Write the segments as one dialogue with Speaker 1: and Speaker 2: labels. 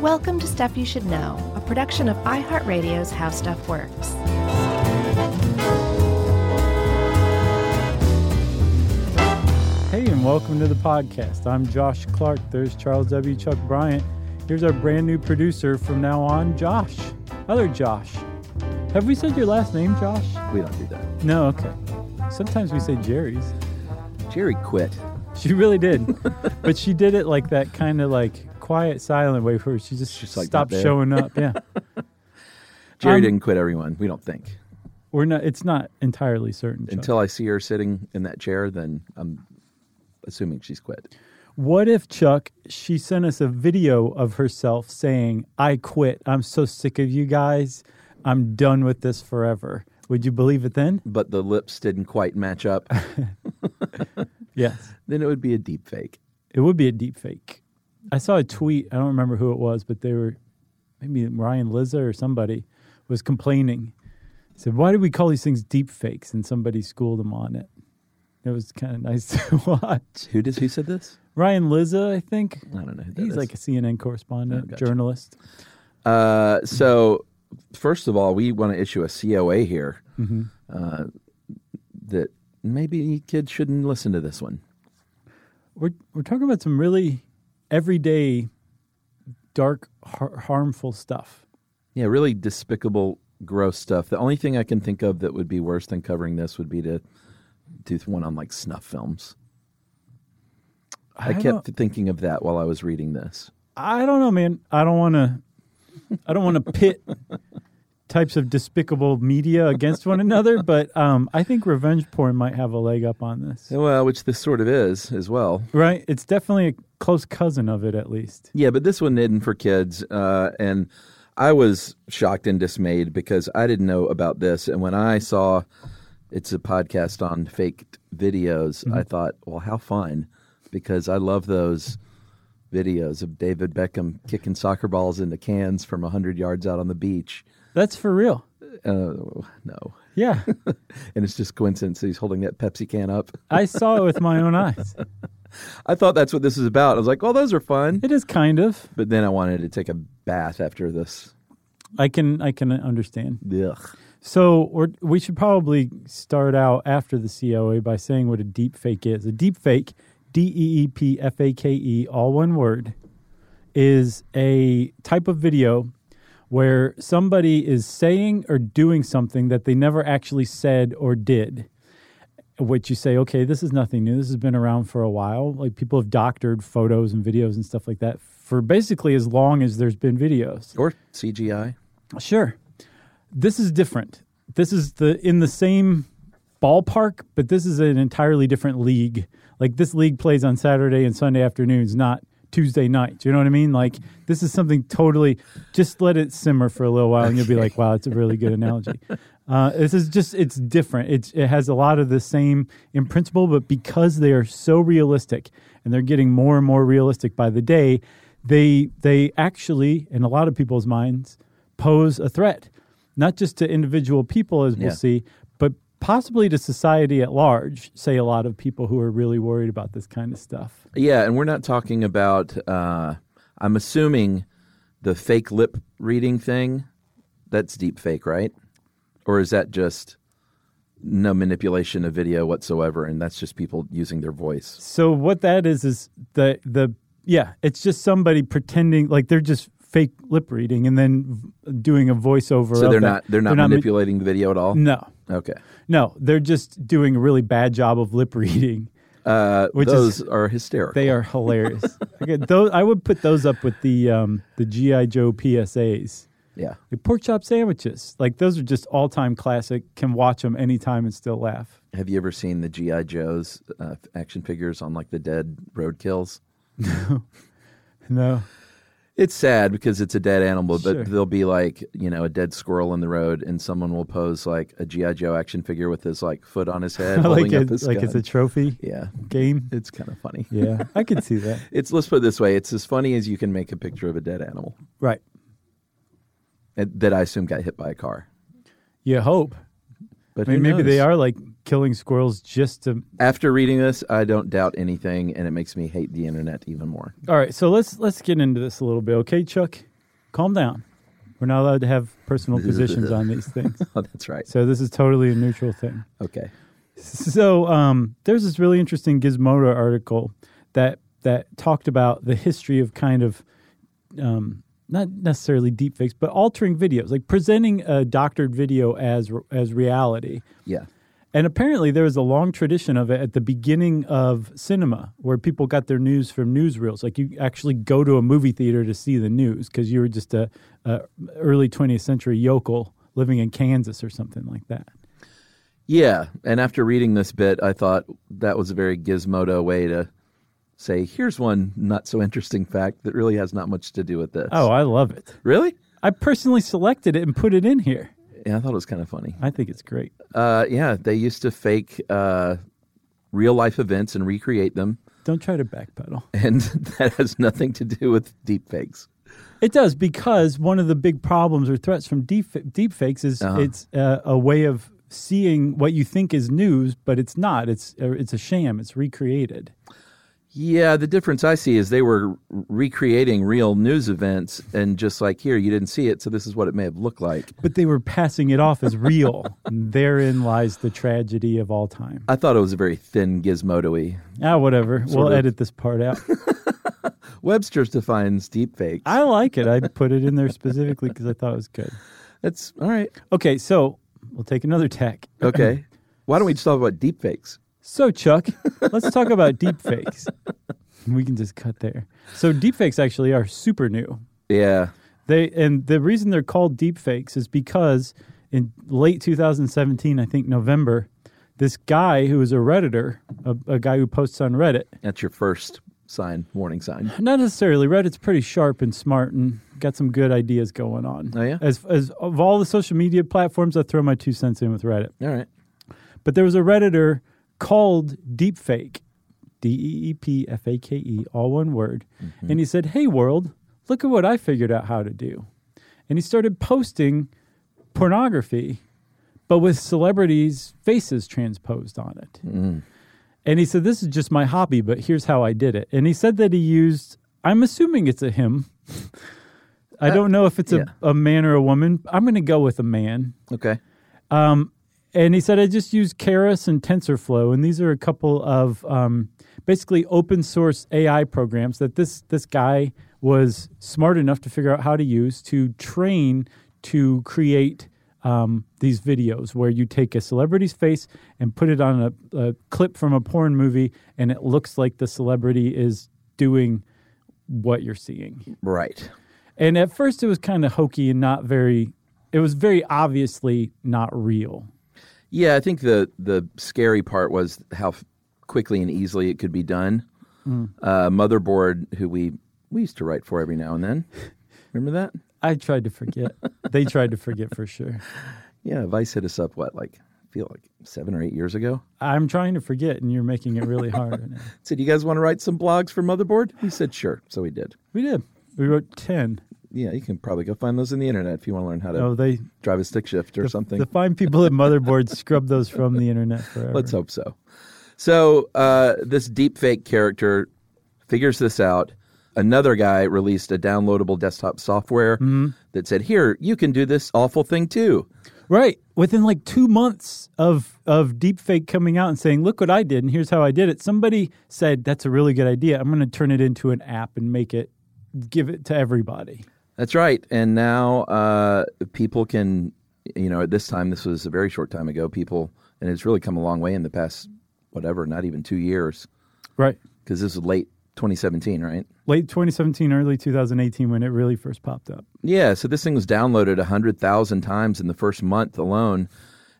Speaker 1: Welcome to Stuff You Should Know, a production of iHeartRadio's How Stuff Works.
Speaker 2: Hey, and welcome to the podcast. I'm Josh Clark. There's Charles W. Chuck Bryant. Here's our brand new producer from now on, Josh. Other Josh. Have we said your last name, Josh?
Speaker 3: We don't do that.
Speaker 2: No, okay. Sometimes we say Jerry's.
Speaker 3: Jerry quit.
Speaker 2: She really did. but she did it like that kind of like quiet, silent way where she just
Speaker 3: Just like
Speaker 2: stopped
Speaker 3: that there.
Speaker 2: showing up. Yeah.
Speaker 3: Jerry
Speaker 2: Um,
Speaker 3: didn't quit everyone. We don't think.
Speaker 2: We're not, it's not entirely certain. Chuck.
Speaker 3: Until I see her sitting in that chair, then I'm assuming she's quit.
Speaker 2: What if Chuck, she sent us a video of herself saying, I quit. I'm so sick of you guys. I'm done with this forever. Would you believe it then?
Speaker 3: But the lips didn't quite match up.
Speaker 2: Yes.
Speaker 3: then it would be a deep fake.
Speaker 2: It would be a deep fake. I saw a tweet, I don't remember who it was, but they were maybe Ryan Lizza or somebody was complaining. Said, Why do we call these things deep fakes? And somebody schooled him on it. It was kind of nice to watch.
Speaker 3: Who does? Who said this?
Speaker 2: Ryan Lizza, I think.
Speaker 3: I don't know. Who that
Speaker 2: He's
Speaker 3: is.
Speaker 2: like a CNN correspondent,
Speaker 3: Oh, gotcha.
Speaker 2: journalist.
Speaker 3: Uh, so, first of all, we want to issue a COA here
Speaker 2: Mm-hmm.
Speaker 3: uh, that maybe kids shouldn't listen to this one.
Speaker 2: we're we're talking about some really everyday dark har- harmful stuff
Speaker 3: Yeah, really despicable, gross stuff. The only thing I can think of that would be worse than covering this would be to do one on like snuff films. I,
Speaker 2: don't-
Speaker 3: kept thinking of that while I was reading this.
Speaker 2: i don't know man i don't want to i don't want to pit types of despicable media against one another but um, i think revenge porn might have a leg up on this
Speaker 3: Well, which this sort of is as well.
Speaker 2: right it's definitely a close cousin of it at least
Speaker 3: Yeah, but this one isn't for kids. Uh, and I was shocked and dismayed because I didn't know about this. And when I saw it's a podcast on faked videos, I thought, well, how fun because I love those videos of David Beckham kicking soccer balls into cans from 100 yards out on the beach.
Speaker 2: that's for real
Speaker 3: Uh, no.
Speaker 2: yeah
Speaker 3: And it's just coincidence that he's holding that Pepsi can up.
Speaker 2: i saw it with my own eyes
Speaker 3: I thought that's what this is about. I was like, well, those are fun.
Speaker 2: it is kind of
Speaker 3: But then I wanted to take a bath after this.
Speaker 2: i can i can understand
Speaker 3: Ugh.
Speaker 2: So we're, we should probably start out after the COA by saying what a deep fake is. A deep fake, D E E P F A K E, all one word, is a type of video where somebody is saying or doing something that they never actually said or did. Which you say, okay, this is nothing new. This has been around for a while. Like people have doctored photos and videos and stuff like that for basically as long as there's been videos.
Speaker 3: Or CGI.
Speaker 2: Sure. This is different. This is the in the same ballpark, but this is an entirely different league. Like this league plays on Saturday and Sunday afternoons, not Tuesday nights. You know what I mean? Like this is something totally. Just let it simmer for a little while, and you'll be like, "Wow, that's a really good analogy." Uh, this is just it's different. It's, it has a lot of the same in principle, but because they are so realistic and they're getting more and more realistic by the day, they they actually, in a lot of people's minds, pose a threat, not just to individual people, as we'll
Speaker 3: Yeah.
Speaker 2: see, but possibly to society at large. Say a lot of people who are really worried about this kind of stuff.
Speaker 3: Yeah, and we're not talking about. Uh, I'm assuming the fake lip reading thing. That's deep fake, right? Or is that just no manipulation of video whatsoever, and that's just people using their voice?
Speaker 2: So what that is is the the yeah, it's just somebody pretending like they're just fake lip reading and then v- doing a voiceover.
Speaker 3: So
Speaker 2: of that.
Speaker 3: they're not they're not
Speaker 2: ma-
Speaker 3: manipulating the video at all.
Speaker 2: no,
Speaker 3: Okay,
Speaker 2: no, they're just doing a really bad job of lip reading.
Speaker 3: uh,
Speaker 2: Which
Speaker 3: those
Speaker 2: is-
Speaker 3: are hysterical.
Speaker 2: They are hilarious. okay, those, I would put those up with the um, the GI Joe PSAs.
Speaker 3: yeah.
Speaker 2: Like pork chop sandwiches, like those are just all time classic. Can watch them anytime and still laugh.
Speaker 3: Have you ever seen the GI Joes uh, action figures on like the dead roadkills?
Speaker 2: No,
Speaker 3: It's sad because it's a dead animal, but
Speaker 2: Sure.
Speaker 3: there'll be like, you know, a dead squirrel in the road and someone will pose like a G.I. Joe action figure with his like foot on his head holding
Speaker 2: like
Speaker 3: up
Speaker 2: it's
Speaker 3: his
Speaker 2: like it's a
Speaker 3: gun.
Speaker 2: trophy
Speaker 3: Yeah.
Speaker 2: game.
Speaker 3: It's kind of funny.
Speaker 2: Yeah, I could see that.
Speaker 3: It's let's put it this way, it's as funny as you can make a picture of a dead animal
Speaker 2: Right.
Speaker 3: that that I assume got hit by a car.
Speaker 2: You hope.
Speaker 3: But
Speaker 2: I mean,
Speaker 3: who
Speaker 2: maybe they
Speaker 3: knows?
Speaker 2: are like killing squirrels just to.
Speaker 3: After reading this, I don't doubt anything and it makes me hate the internet even more.
Speaker 2: All right, so let's let's get into this a little bit, okay, Chuck? calm down. We're not allowed to have personal positions on these things.
Speaker 3: Oh, that's right.
Speaker 2: So this is totally a neutral thing.
Speaker 3: Okay.
Speaker 2: So um, there's this really interesting Gizmodo article that that talked about the history of kind of um, not necessarily deepfakes, but altering videos, like presenting a doctored video as as reality.
Speaker 3: Yeah.
Speaker 2: And apparently, there was a long tradition of it at the beginning of cinema, where people got their news from newsreels. Like you actually go to a movie theater to see the news because you were just a, a early 20th century yokel living in Kansas or something like that.
Speaker 3: Yeah. And after reading this bit, I thought that was a very Gizmodo way to say, here's one not so interesting fact that really has not much to do with this.
Speaker 2: Oh, I love it.
Speaker 3: really?
Speaker 2: I personally selected it and put it in here.
Speaker 3: Yeah, I thought it was kind of funny.
Speaker 2: I think it's great.
Speaker 3: Uh, yeah, they used to fake uh, real life events and recreate them,
Speaker 2: Don't try to backpedal.
Speaker 3: and that has nothing to do with deepfakes.
Speaker 2: It does because one of the big problems or threats from deep deep fakes is it's uh, a way of seeing what you think is news, but it's not. It's uh, it's a sham. It's recreated.
Speaker 3: Yeah, the difference I see is they were recreating real news events and just like here, you didn't see it, so this is what it may have looked like.
Speaker 2: But they were passing it off as real. And Therein lies the tragedy of all time.
Speaker 3: I thought it was a very thin gizmodo
Speaker 2: Ah, whatever. we'll
Speaker 3: of.
Speaker 2: edit this part out.
Speaker 3: Webster's defines deepfakes.
Speaker 2: I like it. I put it in there specifically because I thought it was good.
Speaker 3: That's all right.
Speaker 2: Okay, so we'll take another tack.
Speaker 3: Okay. Why don't we just talk about deepfakes?
Speaker 2: So, Chuck, let's talk about deepfakes. We can just cut there. So, deepfakes actually are super new.
Speaker 3: Yeah.
Speaker 2: They and the reason they're called deepfakes is because in late 2017, I think November, this guy who is a redditor, a, a guy who posts on Reddit,
Speaker 3: That's your first sign, warning sign.
Speaker 2: not necessarily Reddit's pretty sharp and smart and got some good ideas going on.
Speaker 3: Oh, yeah?
Speaker 2: As as of all the social media platforms, I throw my two cents in with Reddit.
Speaker 3: All right.
Speaker 2: But there was a Redditor called Deepfake, D E E P F A K E, all one word. And he said, Hey, world, look at what I figured out how to do. And he started posting pornography, but with celebrities' faces transposed on it. And he said, This is just my hobby, but here's how I did it. And he said that he used, I'm assuming it's a him. I don't know if it's
Speaker 3: yeah.
Speaker 2: a, a man or a woman. I'm going to go with a man.
Speaker 3: Okay.
Speaker 2: And he said, I just use Keras and TensorFlow, and these are a couple of um, basically open source AI programs that this this guy was smart enough to figure out how to use to train to create um, these videos where you take a celebrity's face and put it on a, a clip from a porn movie, and it looks like the celebrity is doing what you're seeing.
Speaker 3: Right.
Speaker 2: And at first, it was kind of hokey and not very. It was very obviously not real.
Speaker 3: Yeah, I think the the scary part was how f- quickly and easily it could be done. Uh, Motherboard, who we we used to write for every now and then, remember that?
Speaker 2: I tried to forget. they tried to forget for sure.
Speaker 3: Yeah, Vice hit us up. What like I feel like seven or eight years ago?
Speaker 2: I'm trying to forget, and you're making it really hard. right now.
Speaker 3: Said you guys want to write some blogs for Motherboard? We said sure, so we did.
Speaker 2: We did. We wrote ten.
Speaker 3: Yeah, you can probably go find those in the internet if you want to learn how to
Speaker 2: Oh, they
Speaker 3: drive a stick shift or something.
Speaker 2: the fine people at Motherboard scrubbed those from the internet forever.
Speaker 3: Let's hope so. So uh, this deepfake character figures this out. Another guy released a downloadable desktop software that said, "Here, you can do this awful thing too."
Speaker 2: Right. Within like two months of of deepfake coming out and saying, "Look what I did, and here's how I did it," somebody said, "That's a really good idea. I'm going to turn it into an app and make it, give it to everybody."
Speaker 3: That's right. And now uh, people can, you know, at this time, this was a very short time ago. People, and it's really come a long way in the past, whatever, not even two years,
Speaker 2: Right.
Speaker 3: because this was late 2017, right?
Speaker 2: Late 2017, early 2018, when it really first popped up.
Speaker 3: Yeah, so this thing was downloaded 100,000 times in the first month alone.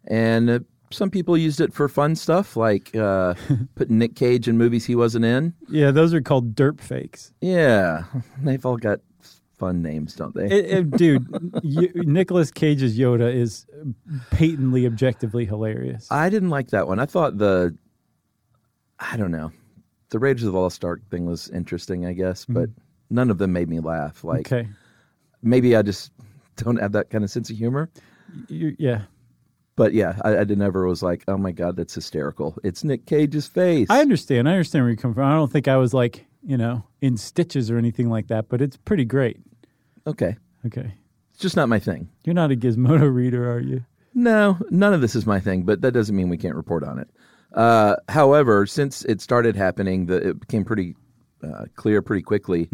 Speaker 3: And uh, some people used it for fun stuff like uh, putting Nick Cage in movies he wasn't in.
Speaker 2: Yeah, those are called derp fakes.
Speaker 3: Yeah, they've all got fun names, don't they?
Speaker 2: it, it- dude, you, Nicolas Cage's Yoda is patently, objectively hilarious.
Speaker 3: I didn't like that one. I thought the, I don't know, the Raiders of the Lost Ark thing was interesting, I guess, but none of them made me laugh. Like
Speaker 2: Mm-hmm. okay,
Speaker 3: maybe I just don't have that kind of sense of humor.
Speaker 2: you, yeah,
Speaker 3: But yeah, I, I never was like, oh my god, that's hysterical. It's Nick Cage's face.
Speaker 2: I understand. I understand where you come from. I don't think I was like you know in stitches or anything like that, but it's pretty great.
Speaker 3: okay.
Speaker 2: Okay.
Speaker 3: It's just not my thing.
Speaker 2: You're not a Gizmodo reader, are you?
Speaker 3: No, none of this is my thing, but that doesn't mean we can't report on it. Uh, however, since it started happening, the, it became pretty uh, clear pretty quickly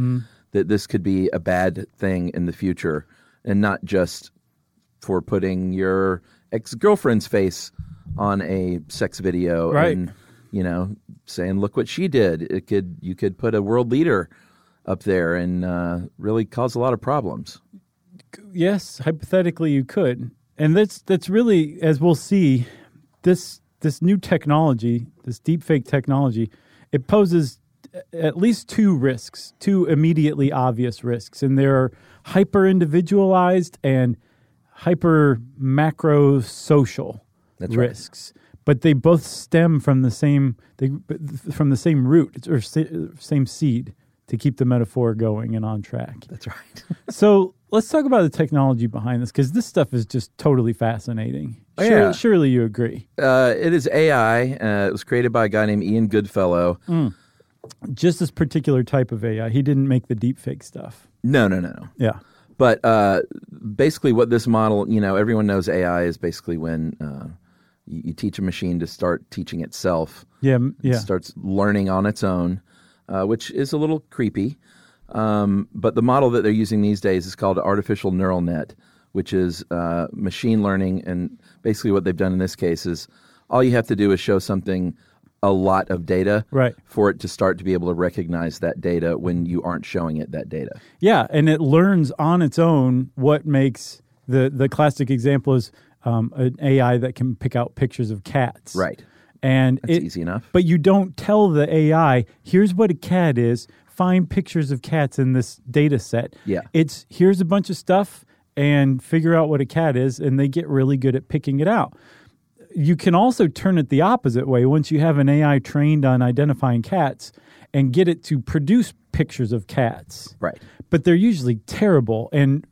Speaker 3: that this could be a bad thing in the future, and not just for putting your ex girlfriend's face on a sex video
Speaker 2: Right.
Speaker 3: and you know saying look what she did. It could you could put a world leader up there and uh, really cause a lot of problems.
Speaker 2: yes, hypothetically you could. And that's that's really as we'll see, this this new technology, this deepfake technology, it poses at least two risks, two immediately obvious risks, and they're hyper individualized and hyper macro social
Speaker 3: That's right.
Speaker 2: risks. But they both stem from the same they from the same root or sa- same seed to keep the metaphor going and on track.
Speaker 3: That's right.
Speaker 2: So let's talk about the technology behind this because this stuff is just totally fascinating.
Speaker 3: Oh,
Speaker 2: Sure-
Speaker 3: yeah.
Speaker 2: surely you agree.
Speaker 3: Uh, it is AI. Uh, it was created by a guy named Ian Goodfellow.
Speaker 2: Just this particular type of AI. He didn't make the deepfake stuff.
Speaker 3: No, no, no, no.
Speaker 2: Yeah.
Speaker 3: But uh, basically, what this model, you know, everyone knows AI is basically when uh, you, you teach a machine to start teaching itself.
Speaker 2: Yeah. m-
Speaker 3: It
Speaker 2: Yeah.
Speaker 3: starts learning on its own, uh, which is a little creepy. Um, but the model that they're using these days is called artificial neural net, which is uh, machine learning. And basically, what they've done in this case is all you have to do is show something a lot of data
Speaker 2: Right.
Speaker 3: for it to start to be able to recognize that data when you aren't showing it that data.
Speaker 2: Yeah. And it learns on its own what makes the, the classic example is um, an AI that can pick out pictures of cats.
Speaker 3: Right.
Speaker 2: And
Speaker 3: That's
Speaker 2: it-
Speaker 3: easy enough.
Speaker 2: But you don't tell the AI, here's what a cat is. Find pictures of cats in this data set.
Speaker 3: Yeah.
Speaker 2: It's here's a bunch of stuff and figure out what a cat is, and they get really good at picking it out. You can also turn it the opposite way once you have an AI trained on identifying cats and get it to produce pictures of cats
Speaker 3: Right.
Speaker 2: but they're usually terrible and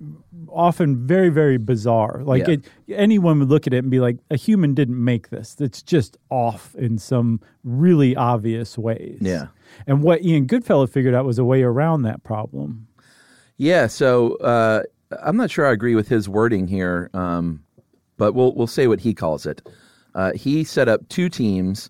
Speaker 2: often very very bizarre like
Speaker 3: Yeah.
Speaker 2: it, anyone would look at it and be like a human didn't make this it's just off in some really obvious ways
Speaker 3: Yeah.
Speaker 2: and what ian goodfellow figured out was a way around that problem
Speaker 3: Yeah. So uh, I'm not sure I agree with his wording here, um, but we'll we'll say what he calls it. Uh, he set up two teams,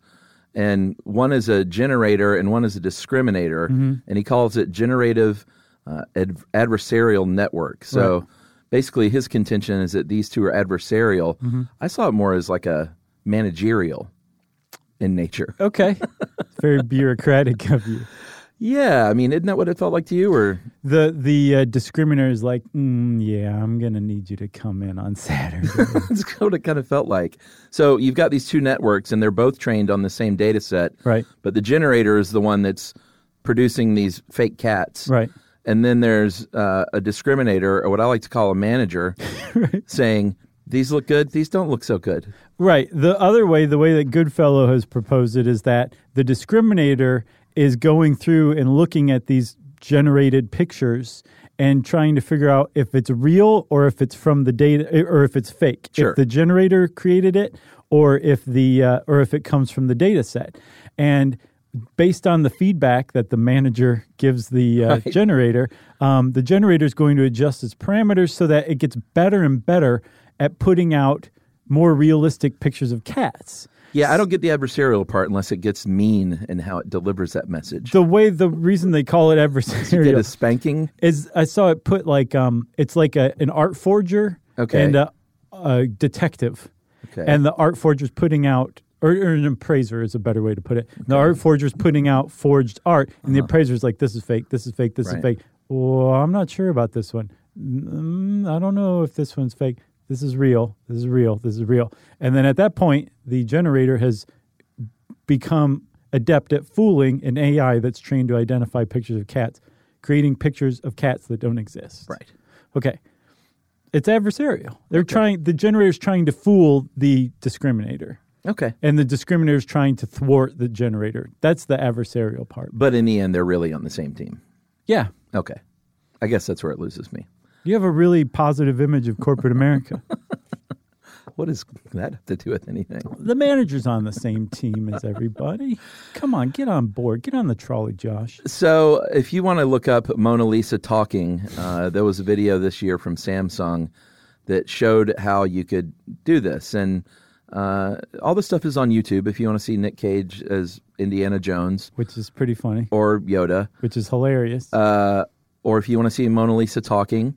Speaker 3: and one is a generator and one is a discriminator, and he calls it generative uh, ad- adversarial network. So basically, his contention is that these two are adversarial. I saw it more as like a managerial in nature.
Speaker 2: okay very bureaucratic of you
Speaker 3: Yeah, I mean, isn't that what it felt like to you? Or
Speaker 2: the the uh, discriminator is like mm, yeah i'm gonna need you to come in on saturday
Speaker 3: That's what it kind of felt like. So you've got these two networks, and they're both trained on the same data set.
Speaker 2: Right.
Speaker 3: But the generator is the one that's producing these fake cats.
Speaker 2: Right.
Speaker 3: And then there's uh, a discriminator, or what I like to call a manager, saying, these look good, these don't look so good.
Speaker 2: Right. The other way, the way that Goodfellow has proposed it is that the discriminator is going through and looking at these generated pictures and trying to figure out if it's real or if it's from the data or if it's fake.
Speaker 3: Sure.
Speaker 2: If the generator created it or if the uh, or if it comes from the data set. And based on the feedback that the manager gives the uh, generator, um, the generator is going to adjust its parameters so that it gets better and better at putting out more realistic pictures of cats.
Speaker 3: Yeah, I don't get the adversarial part unless it gets mean in how it delivers that message.
Speaker 2: The way the reason they call it
Speaker 3: Get
Speaker 2: adversarial
Speaker 3: a spanking?
Speaker 2: is I saw it put like um it's like a an art forger
Speaker 3: Okay.
Speaker 2: and a, a detective.
Speaker 3: Okay.
Speaker 2: And the art forger's putting out or, or an appraiser is a better way to put it. The art forger's putting out forged art and the appraiser's like this is fake, this is fake, this
Speaker 3: Uh-huh. Right.
Speaker 2: is fake. Well, I'm not sure about this one. Mm, I don't know if this one's fake. This is real. This is real. This is real. And then at that point, the generator has become adept at fooling an AI that's trained to identify pictures of cats, creating pictures of cats that don't exist.
Speaker 3: Right.
Speaker 2: Okay. It's adversarial. They're trying the generator's trying to fool the discriminator.
Speaker 3: Okay.
Speaker 2: And the discriminator's trying to thwart the generator. That's the adversarial part.
Speaker 3: But in the end, they're really on the same team.
Speaker 2: Yeah.
Speaker 3: Okay. I guess that's where it loses me.
Speaker 2: You have a really positive image of corporate America.
Speaker 3: What does that have to do with anything?
Speaker 2: The manager's on the same team as everybody. Come on, get on board. Get on the trolley, Josh.
Speaker 3: So, if you want to look up Mona Lisa talking, uh, there was a video this year from Samsung that showed how you could do this. And uh, all the stuff is on YouTube if you want to see Nick Cage as Indiana Jones
Speaker 2: Which is pretty funny,
Speaker 3: or Yoda,
Speaker 2: which is hilarious.
Speaker 3: uh, or if you want to see Mona Lisa talking.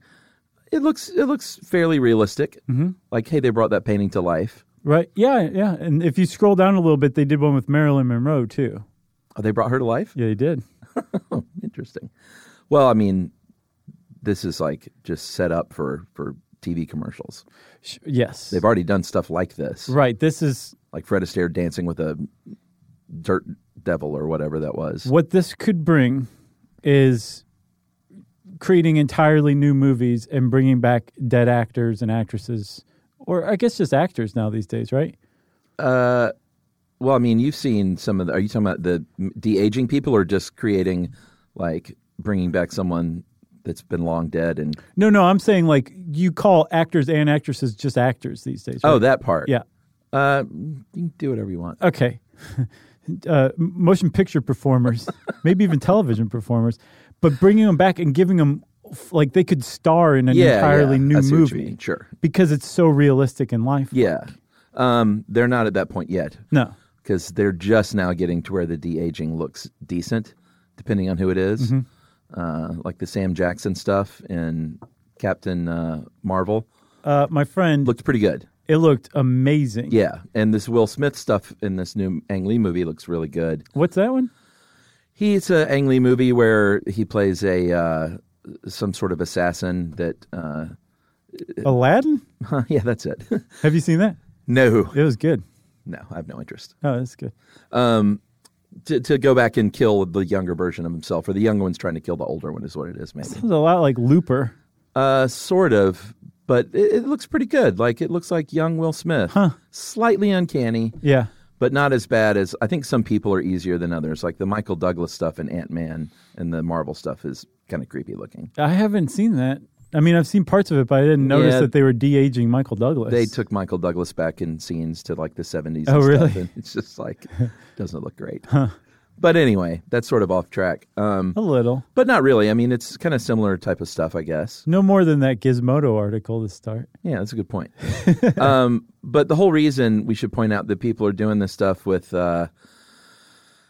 Speaker 3: It looks it looks fairly realistic. Mm-hmm. Like, hey, they brought that painting to life.
Speaker 2: right? Yeah, yeah. And if you scroll down a little bit, they did one with Marilyn Monroe, too.
Speaker 3: Oh, they brought her to life.
Speaker 2: Yeah, they did.
Speaker 3: Oh, interesting. Well, I mean, this is like just set up for for TV commercials.
Speaker 2: Sh- Yes.
Speaker 3: They've already done stuff like this,
Speaker 2: right. This is
Speaker 3: like Fred Astaire dancing with a dirt devil or whatever that was.
Speaker 2: what this could bring is creating entirely new movies and bringing back dead actors and actresses or i guess just actors now these days right
Speaker 3: Well, I mean, you've seen some of the. Are you talking about the de aging people or just creating, like, bringing back someone that's been long dead? And
Speaker 2: no no i'm saying like you call actors and actresses just actors these days right?
Speaker 3: oh, that part.
Speaker 2: yeah
Speaker 3: Uh, you can do whatever you want.
Speaker 2: okay uh, motion picture performers maybe even television performers but bringing them back and giving them like they could star in an
Speaker 3: yeah,
Speaker 2: entirely
Speaker 3: yeah,
Speaker 2: new
Speaker 3: I see what you
Speaker 2: movie
Speaker 3: mean, Sure.
Speaker 2: because it's so realistic and life
Speaker 3: Yeah. Um, they're not at that point yet.
Speaker 2: no
Speaker 3: because they're just now getting to where the de aging looks decent, depending on who it is. Uh, like the Sam Jackson stuff in Captain uh, Marvel
Speaker 2: uh, my friend
Speaker 3: looked pretty good.
Speaker 2: it looked amazing
Speaker 3: Yeah, and this Will Smith stuff in this new Ang Lee movie looks really good.
Speaker 2: What's that one?
Speaker 3: He's a Ang Lee movie where he plays a uh, some sort of assassin that. Uh,
Speaker 2: Aladdin?
Speaker 3: yeah, that's it.
Speaker 2: Have you seen that?
Speaker 3: no,
Speaker 2: It was good.
Speaker 3: no, I have no interest.
Speaker 2: Oh, that's good.
Speaker 3: To, to go back and kill the younger version of himself, or the younger one's trying to kill the older one, is what it is. Maybe
Speaker 2: It was a lot like Looper.
Speaker 3: Uh, sort of, but it, it looks pretty good. Like it looks like young Will Smith.
Speaker 2: Huh.
Speaker 3: Slightly uncanny,
Speaker 2: Yeah.
Speaker 3: but not as bad as I think some people are easier than others. Like the Michael Douglas stuff and Ant Man and the Marvel stuff is kind of creepy looking.
Speaker 2: I haven't seen that. I mean, I've seen parts of it, but I didn't notice
Speaker 3: Yeah.
Speaker 2: that they were de aging Michael Douglas.
Speaker 3: They took Michael Douglas back in scenes to like the seventies.
Speaker 2: Oh,
Speaker 3: and Stuff,
Speaker 2: really?
Speaker 3: and it's just like doesn't look great. But anyway, that's sort of off track. Um,
Speaker 2: a little.
Speaker 3: but not really. I mean, it's kind of similar type of stuff, I guess.
Speaker 2: No more than that Gizmodo article to start.
Speaker 3: Yeah, that's a good point. um, but the whole reason we should point out that people are doing this stuff with uh,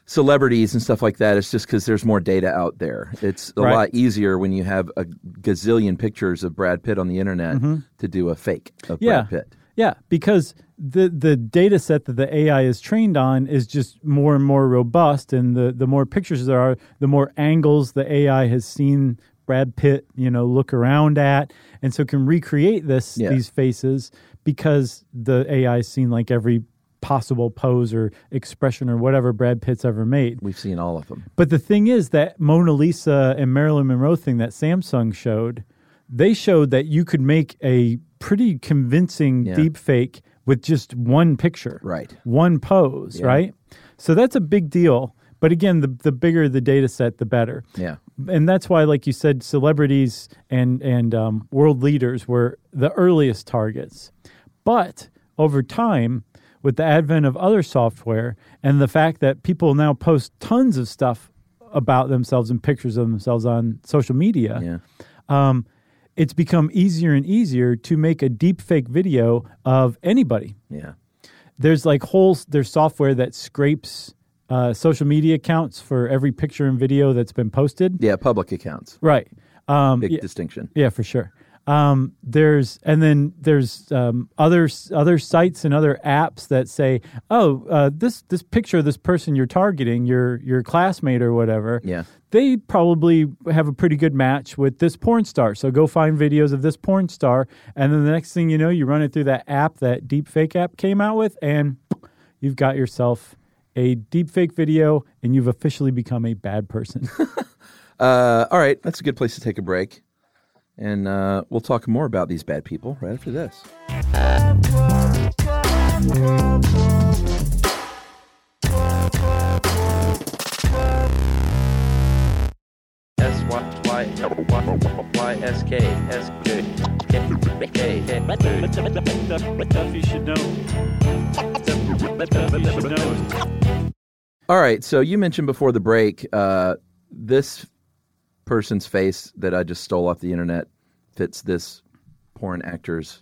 Speaker 3: celebrities and stuff like that is just because there's more data out there. It's a
Speaker 2: Right.
Speaker 3: lot easier when you have a gazillion pictures of Brad Pitt on the internet to do a fake of
Speaker 2: Mm-hmm. Yeah.
Speaker 3: Brad Pitt.
Speaker 2: Yeah, because the the data set that the AI is trained on is just more and more robust and the, the more pictures there are, the more angles the AI has seen Brad Pitt, you know, look around at and so can recreate this
Speaker 3: Yeah.
Speaker 2: these faces because the AI has seen like every possible pose or expression or whatever Brad Pitt's ever made.
Speaker 3: We've seen all of them.
Speaker 2: But the thing is that Mona Lisa and Marilyn Monroe thing that Samsung showed, they showed that you could make a pretty convincing
Speaker 3: Yeah.
Speaker 2: deep fake with just one picture.
Speaker 3: Right.
Speaker 2: One pose,
Speaker 3: Yeah.
Speaker 2: right? So that's a big deal. But again, the the bigger the data set, the better.
Speaker 3: Yeah.
Speaker 2: And that's why, like you said, celebrities and and um, world leaders were the earliest targets. But over time, with the advent of other software and the fact that people now post tons of stuff about themselves and pictures of themselves on social media, um,
Speaker 3: Yeah.
Speaker 2: it's become easier and easier to make a deep fake video of anybody
Speaker 3: Yeah.
Speaker 2: there's like whole there's software that scrapes uh, social media accounts for every picture and video that's been posted.
Speaker 3: Yeah. Public accounts.
Speaker 2: Right. Um,
Speaker 3: Big
Speaker 2: yeah,
Speaker 3: distinction.
Speaker 2: yeah, for sure. Um, there's and then there's um, other other sites and other apps that say, oh, uh, this this picture of this person you're targeting, your your classmate or whatever.
Speaker 3: Yeah.
Speaker 2: They probably have a pretty good match with this porn star. So go find videos of this porn star, and then the next thing you know, you run it through that app that deepfake app came out with, and you've got yourself a deepfake video, and you've officially become a bad person.
Speaker 3: Uh, all right. That's a good place to take a break. And uh, we'll talk more about these bad people right after this.
Speaker 4: S Y Y Y S K S K. Stuff you should know. Stuff you should know.
Speaker 3: All right. So you mentioned before the break, uh, this person's face that I just stole off the internet fits this porn actor's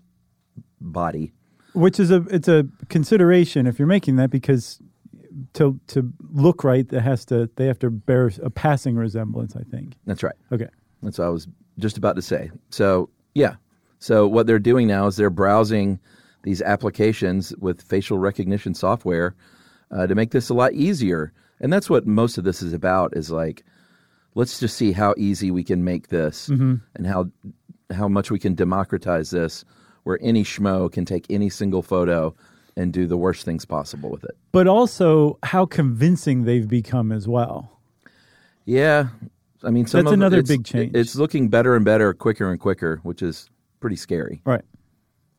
Speaker 3: body.
Speaker 2: which is a it's a consideration if you're making that because to to look right that has to they have to bear a passing resemblance i think
Speaker 3: That's right.
Speaker 2: okay
Speaker 3: That's what I was just about to say. So yeah. So what they're doing now is they're browsing these applications with facial recognition software uh, to make this a lot easier. And that's what most of this is about. Is like, let's just see how easy we can make this,
Speaker 2: Mm-hmm.
Speaker 3: and how how much we can democratize this, where any schmo can take any single photo and do the worst things possible with it.
Speaker 2: but also how convincing they've become as well
Speaker 3: Yeah, I mean, some
Speaker 2: That's
Speaker 3: of it-
Speaker 2: another
Speaker 3: it's-
Speaker 2: big change.
Speaker 3: It's looking better and better, quicker and quicker, which is pretty scary.
Speaker 2: right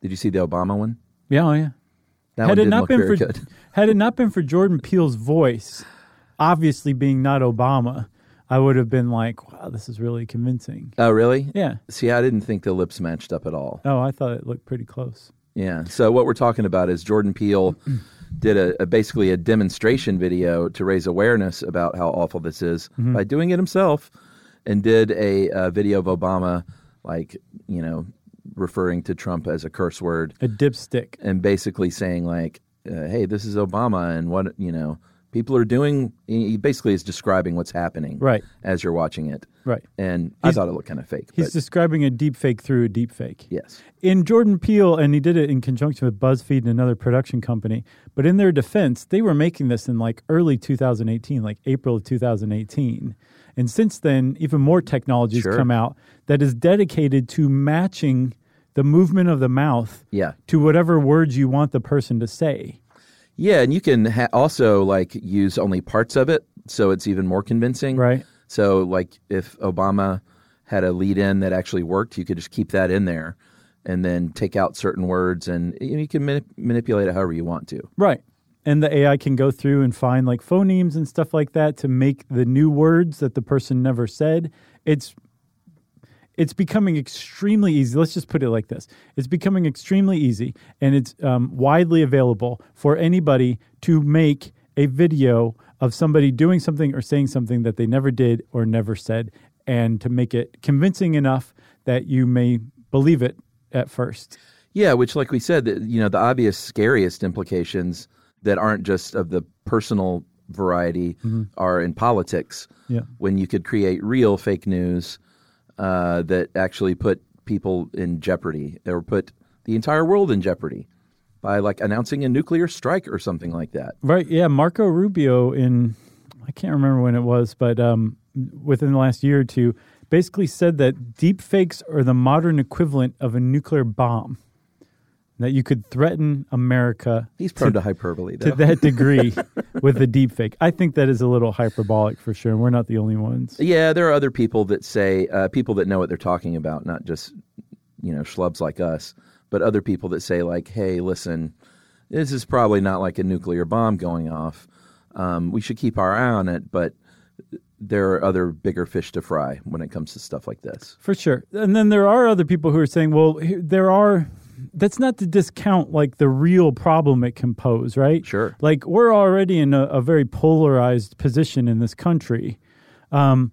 Speaker 3: Did you see the Obama one?
Speaker 2: yeah oh, yeah had
Speaker 3: That one
Speaker 2: it
Speaker 3: didn't
Speaker 2: not
Speaker 3: look
Speaker 2: been for
Speaker 3: very good.
Speaker 2: had it not been for jordan peele's voice obviously being not obama i would have been like wow this is really convincing
Speaker 3: Oh, really?
Speaker 2: yeah
Speaker 3: See, I didn't think the lips matched up at all.
Speaker 2: oh i thought it looked pretty close
Speaker 3: Yeah. So what we're talking about is Jordan Peele did a, a basically a demonstration video to raise awareness about how awful this is
Speaker 2: Mm-hmm.
Speaker 3: by doing it himself, and did a, uh video of Obama, like you know, referring to Trump as a curse word,
Speaker 2: a dipstick
Speaker 3: and basically saying like, uh, "Hey, this is Obama," and what you know, people are doing. He basically is describing what's happening
Speaker 2: Right.
Speaker 3: as you're watching it.
Speaker 2: right
Speaker 3: And
Speaker 2: He's-
Speaker 3: I thought it looked kind of fake.
Speaker 2: he's
Speaker 3: but
Speaker 2: describing a deep fake through a deep fake
Speaker 3: yes.
Speaker 2: in Jordan Peele, and he did it in conjunction with BuzzFeed and another production company. But in their defense, they were making this in like early 2018, like April of 2018. And since then, even more technologies
Speaker 3: Sure.
Speaker 2: come out that is dedicated to matching the movement of the mouth
Speaker 3: Yeah.
Speaker 2: to whatever words you want the person to say.
Speaker 3: Yeah, and you can ha- also like use only parts of it, so it's even more convincing.
Speaker 2: Right.
Speaker 3: So like if Obama had a lead in that actually worked, you could just keep that in there, and then take out certain words, and you, know, you can manip- manipulate it however you want to.
Speaker 2: Right. And the AI can go through and find like phonemes and stuff like that to make the new words that the person never said. It's it's becoming extremely easy. Let's just put it like this: it's becoming extremely easy, and it's um, widely available for anybody to make a video of somebody doing something or saying something that they never did or never said, and to make it convincing enough that you may believe it at first.
Speaker 3: Yeah, which like we said, the- you know, the obvious scariest implications that aren't just of the personal variety are in politics.
Speaker 2: Mm-hmm. Yeah.
Speaker 3: when you could create real fake news uh, that actually put people in jeopardy or put the entire world in jeopardy by like announcing a nuclear strike or something like that.
Speaker 2: Right. Yeah. Marco Rubio in I can't remember when it was, but um, within the last year or two, basically said that deep fakes are the modern equivalent of a nuclear bomb. That you could threaten America
Speaker 3: He's prone to, hyperbole, though.
Speaker 2: to that degree with a deep fake. I think that is a little hyperbolic for sure. and We're not the only ones.
Speaker 3: yeah, there are other people that say uh, people that know what they're talking about, not just you know schlubs like us, but other people that say like, "Hey, listen, this is probably not like a nuclear bomb going off. Um, we should keep our eye on it, but." There are other bigger fish to fry when it comes to stuff like this.
Speaker 2: For sure. And then there are other people who are saying, well, here- there are. That's not to discount like the real problem it can pose, right?
Speaker 3: Sure.
Speaker 2: Like we're already in a, a very polarized position in this country. Um,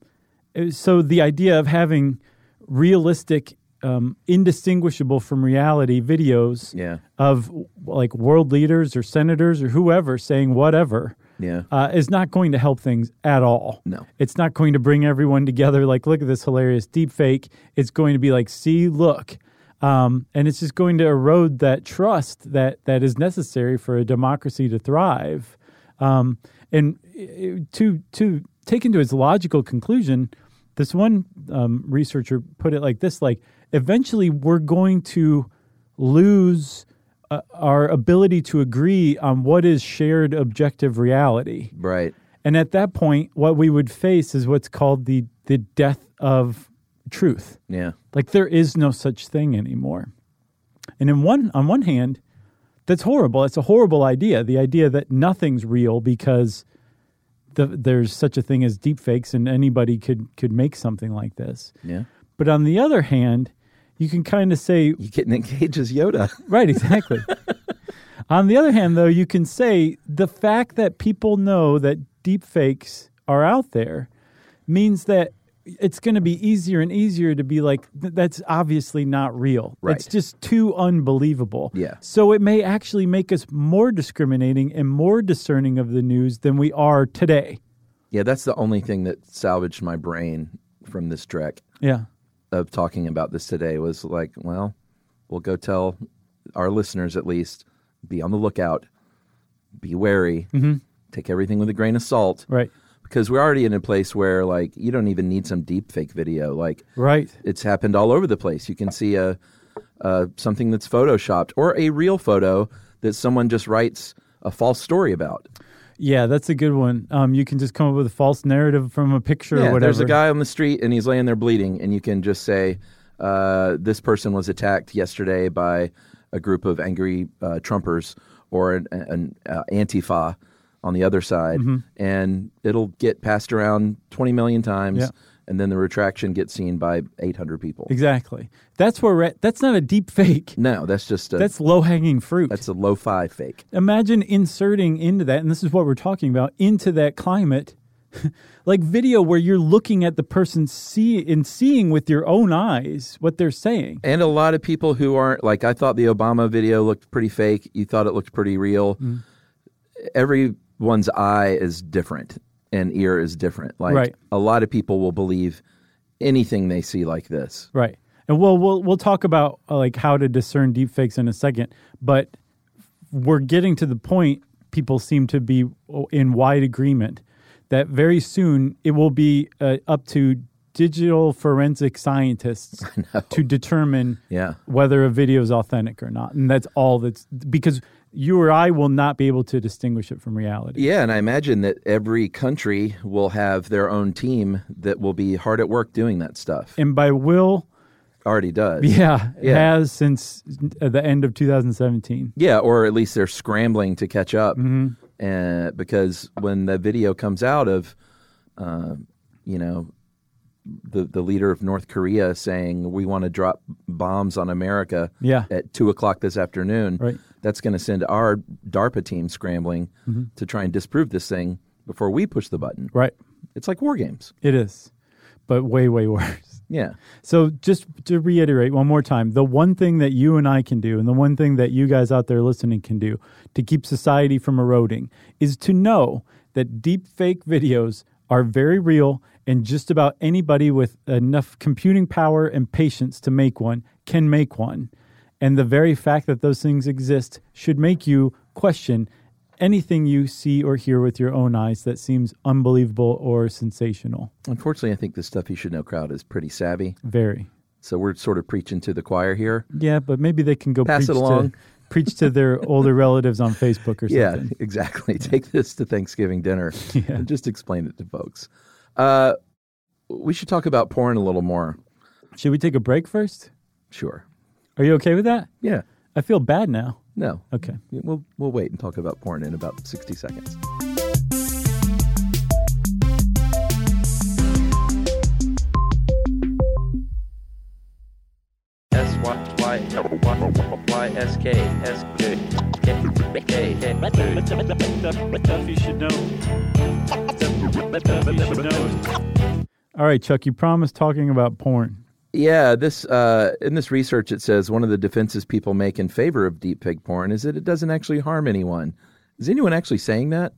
Speaker 2: so the idea of having realistic, um, indistinguishable from reality videos
Speaker 3: Yeah.
Speaker 2: of like world leaders or senators or whoever saying whatever
Speaker 3: Yeah.
Speaker 2: uh, is not going to help things at all.
Speaker 3: No.
Speaker 2: It's not going to bring everyone together. Like, look at this hilarious deep fake. It's going to be like, see, look. Um, and it's just going to erode that trust that, that is necessary for a democracy to thrive. Um, and uh, to, to take into its logical conclusion, this one um, researcher put it like this like, eventually we're going to lose uh, our ability to agree on what is shared objective reality.
Speaker 3: Right.
Speaker 2: And at that point, what we would face is what's called the, the death of truth.
Speaker 3: Yeah.
Speaker 2: Like there is no such thing anymore. And in one on one hand, that's horrible. It's a horrible idea. The idea that nothing's real because the, there's such a thing as deepfakes and anybody could could make something like this.
Speaker 3: Yeah.
Speaker 2: But on the other hand, you can kind of say
Speaker 3: You can engage as Yoda.
Speaker 2: Right, exactly. On the other hand, though, you can say the fact that people know that deepfakes are out there means that it's going to be easier and easier to be like, "Th- that's obviously not real.
Speaker 3: Right.
Speaker 2: It's just too unbelievable.
Speaker 3: Yeah.
Speaker 2: So it may actually make us more discriminating and more discerning of the news than we are today.
Speaker 3: Yeah, that's the only thing that salvaged my brain from this trek
Speaker 2: Yeah.
Speaker 3: of talking about this today was like, well, we'll go tell our listeners at least be on the lookout, be wary, take everything with a grain of salt.
Speaker 2: Right.
Speaker 3: Because we're already in a place where like you don't even need some deep fake video. Like
Speaker 2: Right.
Speaker 3: it's happened all over the place. You can see a, a something that's photoshopped or a real photo that someone just writes a false story about.
Speaker 2: Yeah, that's a good one. Um, you can just come up with a false narrative from a picture or whatever.
Speaker 3: There's a guy on the street and he's laying there bleeding, and you can just say, uh, "This person was attacked yesterday by a group of angry uh, Trumpers or an, an uh, Antifa on the other side,"
Speaker 2: Mm-hmm.
Speaker 3: and it'll get passed around 20 million times,
Speaker 2: Yeah.
Speaker 3: and then the retraction gets seen by 800 people.
Speaker 2: Exactly. That's where we're at. that's not a deep fake.
Speaker 3: No, that's just a, that's
Speaker 2: That's low hanging fruit.
Speaker 3: that's a lo-fi fake.
Speaker 2: Imagine inserting into that, and this is what we're talking about, into that climate, like video where you're looking at the person see and seeing with your own eyes what they're saying.
Speaker 3: and a lot of people who aren't like I thought the Obama video looked pretty fake. You thought it looked pretty real. Everyone's eye is different and ear is different. Like
Speaker 2: Right.
Speaker 3: a lot of people will believe anything they see like this.
Speaker 2: Right. And we'll we'll we'll talk about uh, like how to discern deepfakes in a second, but we're getting to the point people seem to be o- in wide agreement that very soon it will be uh, up to digital forensic scientists to determine
Speaker 3: Yeah.
Speaker 2: whether a video is authentic or not. And that's all that's because you or I will not be able to distinguish it from reality.
Speaker 3: Yeah, and I imagine that every country will have their own team that will be hard at work doing that stuff.
Speaker 2: And by will,
Speaker 3: Already does.
Speaker 2: yeah,
Speaker 3: Yeah.
Speaker 2: has since uh, the end of 2017.
Speaker 3: Yeah, or at least they're scrambling to catch up.
Speaker 2: Mm-hmm.
Speaker 3: Uh, because when the video comes out of, uh, you know, the the leader of North Korea saying we want to drop bombs on America
Speaker 2: Yeah.
Speaker 3: at two o'clock this afternoon,
Speaker 2: Right.
Speaker 3: that's going to send our DARPA team scrambling
Speaker 2: Mm-hmm.
Speaker 3: to try and disprove this thing before we push the button.
Speaker 2: Right.
Speaker 3: It's like war games.
Speaker 2: It is, but way, way worse.
Speaker 3: Yeah.
Speaker 2: So, just to reiterate one more time the one thing that you and I can do, and the one thing that you guys out there listening can do to keep society from eroding is to know that deep fake videos are very real, and just about anybody with enough computing power and patience to make one can make one. And the very fact that those things exist should make you question anything you see or hear with your own eyes that seems unbelievable or sensational.
Speaker 3: Unfortunately, I think the stuff you should know crowd is pretty savvy.
Speaker 2: Very.
Speaker 3: So we're sort of preaching to the choir here.
Speaker 2: Yeah, but maybe they can go
Speaker 3: Pass it
Speaker 2: preach
Speaker 3: along.
Speaker 2: To, preach to their older relatives on Facebook or
Speaker 3: Yeah,
Speaker 2: something.
Speaker 3: exactly. Take this to Thanksgiving dinner
Speaker 2: Yeah.
Speaker 3: and just explain it to folks. Uh, we should talk about porn a little more.
Speaker 2: Should we take a break first?
Speaker 3: Sure.
Speaker 2: Are you okay with that?
Speaker 3: Yeah.
Speaker 2: I feel bad now.
Speaker 3: No.
Speaker 2: Okay.
Speaker 3: We'll we'll wait and talk about porn in about sixty seconds.
Speaker 5: S Y Y Y S K S K K K K.
Speaker 4: What the, what the, what the, what the, what the you should know. What the you should know.
Speaker 2: All right, Chuck, you promised talking about porn.
Speaker 3: Yeah, this uh, in this research it says one of the defenses people make in favor of deepfake porn is that it doesn't actually harm anyone. Is anyone actually saying that?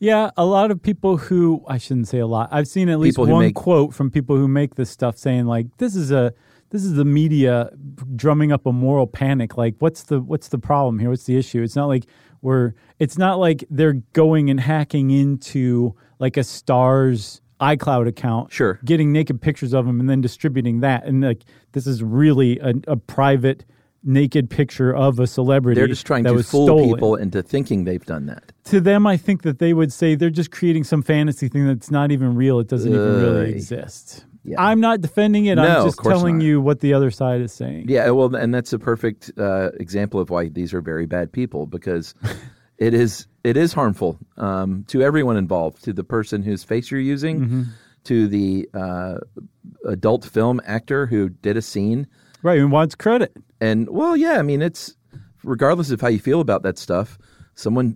Speaker 2: Yeah, a lot of people who I shouldn't say a lot. I've seen at least
Speaker 3: People who
Speaker 2: one
Speaker 3: make-
Speaker 2: quote from people who make this stuff saying like this is a this is the media drumming up a moral panic like what's the what's the problem here? What's the issue? It's not like we're it's not like they're going and hacking into like a star's iCloud account.
Speaker 3: Sure.
Speaker 2: Getting naked pictures of them and then distributing that and like this is really a, a private naked picture of a celebrity
Speaker 3: They're just trying
Speaker 2: that
Speaker 3: to
Speaker 2: was
Speaker 3: fool
Speaker 2: stolen
Speaker 3: people into thinking they've done that.
Speaker 2: to them, I think that they would say they're just creating some fantasy thing that's not even real. It doesn't even really
Speaker 3: Ugh.
Speaker 2: exist.
Speaker 3: Yeah.
Speaker 2: I'm not defending it.
Speaker 3: No,
Speaker 2: I'm
Speaker 3: of
Speaker 2: just
Speaker 3: course
Speaker 2: telling
Speaker 3: not.
Speaker 2: you what the other side is saying.
Speaker 3: Yeah, well, and that's a perfect uh, example of why these are very bad people because it is it is harmful um, to everyone involved, to the person whose face you're using, to the uh, adult film actor who did a scene
Speaker 2: Right, and wants credit.
Speaker 3: And well, yeah, I mean, it's regardless of how you feel about that stuff, someone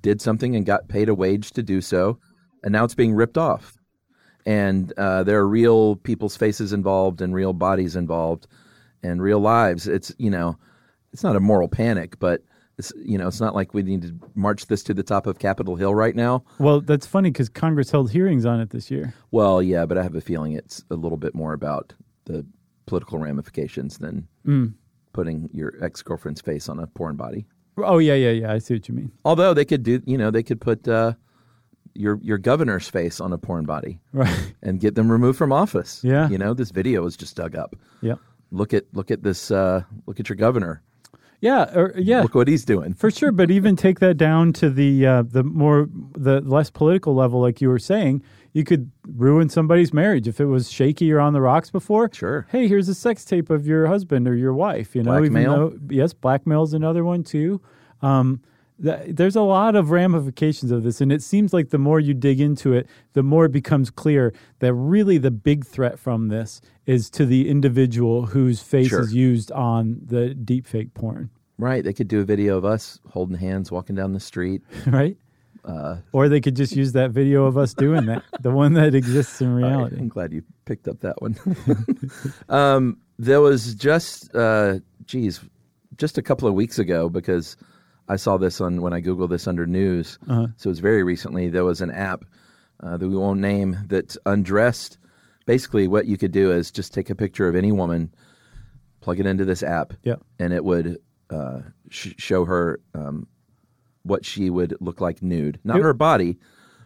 Speaker 3: did something and got paid a wage to do so, and now it's being ripped off. And uh, there are real people's faces involved, and real bodies involved, and real lives. It's you know, it's not a moral panic, but it's you know, it's not like we need to march this to the top of Capitol Hill right now.
Speaker 2: Well, that's funny because Congress held hearings on it this year.
Speaker 3: Well, yeah, but I have a feeling it's a little bit more about the political ramifications than putting your ex girlfriend's face on a porn body.
Speaker 2: Oh yeah, yeah, yeah. I see what you mean.
Speaker 3: Although they could do, you know, they could put uh, your your governor's face on a porn body
Speaker 2: Right.
Speaker 3: and get them removed from office.
Speaker 2: Yeah.
Speaker 3: you know, this video was just dug up.
Speaker 2: Yeah.
Speaker 3: Look at look at this. Uh, look at your governor.
Speaker 2: Yeah. Or, yeah.
Speaker 3: Look what he's doing.
Speaker 2: For sure, but even take that down to the uh, the more the less political level, like you were saying, you could ruin somebody's marriage if it was shaky or on the rocks before.
Speaker 3: Sure.
Speaker 2: Hey, here's a sex tape of your husband or your wife. You know,
Speaker 3: Blackmail?
Speaker 2: even though yes, blackmail's another one too. Um, th- there's a lot of ramifications of this, and it seems like the more you dig into it, the more it becomes clear that really the big threat from this is to the individual whose face
Speaker 3: Sure.
Speaker 2: is used on the deepfake porn.
Speaker 3: Right, they could do a video of us holding hands, walking down the street.
Speaker 2: right?
Speaker 3: Uh,
Speaker 2: or they could just use that video of us doing that, the one that exists in reality.
Speaker 3: I'm glad you picked up that one. um, there was just, uh, geez, just a couple of weeks ago because I saw this on when I googled this under news. So it was very recently. There was an app uh, that we won't name that's undressed. Basically, what you could do is just take a picture of any woman, plug it into this app,
Speaker 2: Yep.
Speaker 3: and it would uh, sh- show her um, what she would look like nude. Not
Speaker 2: Yep.
Speaker 3: her body,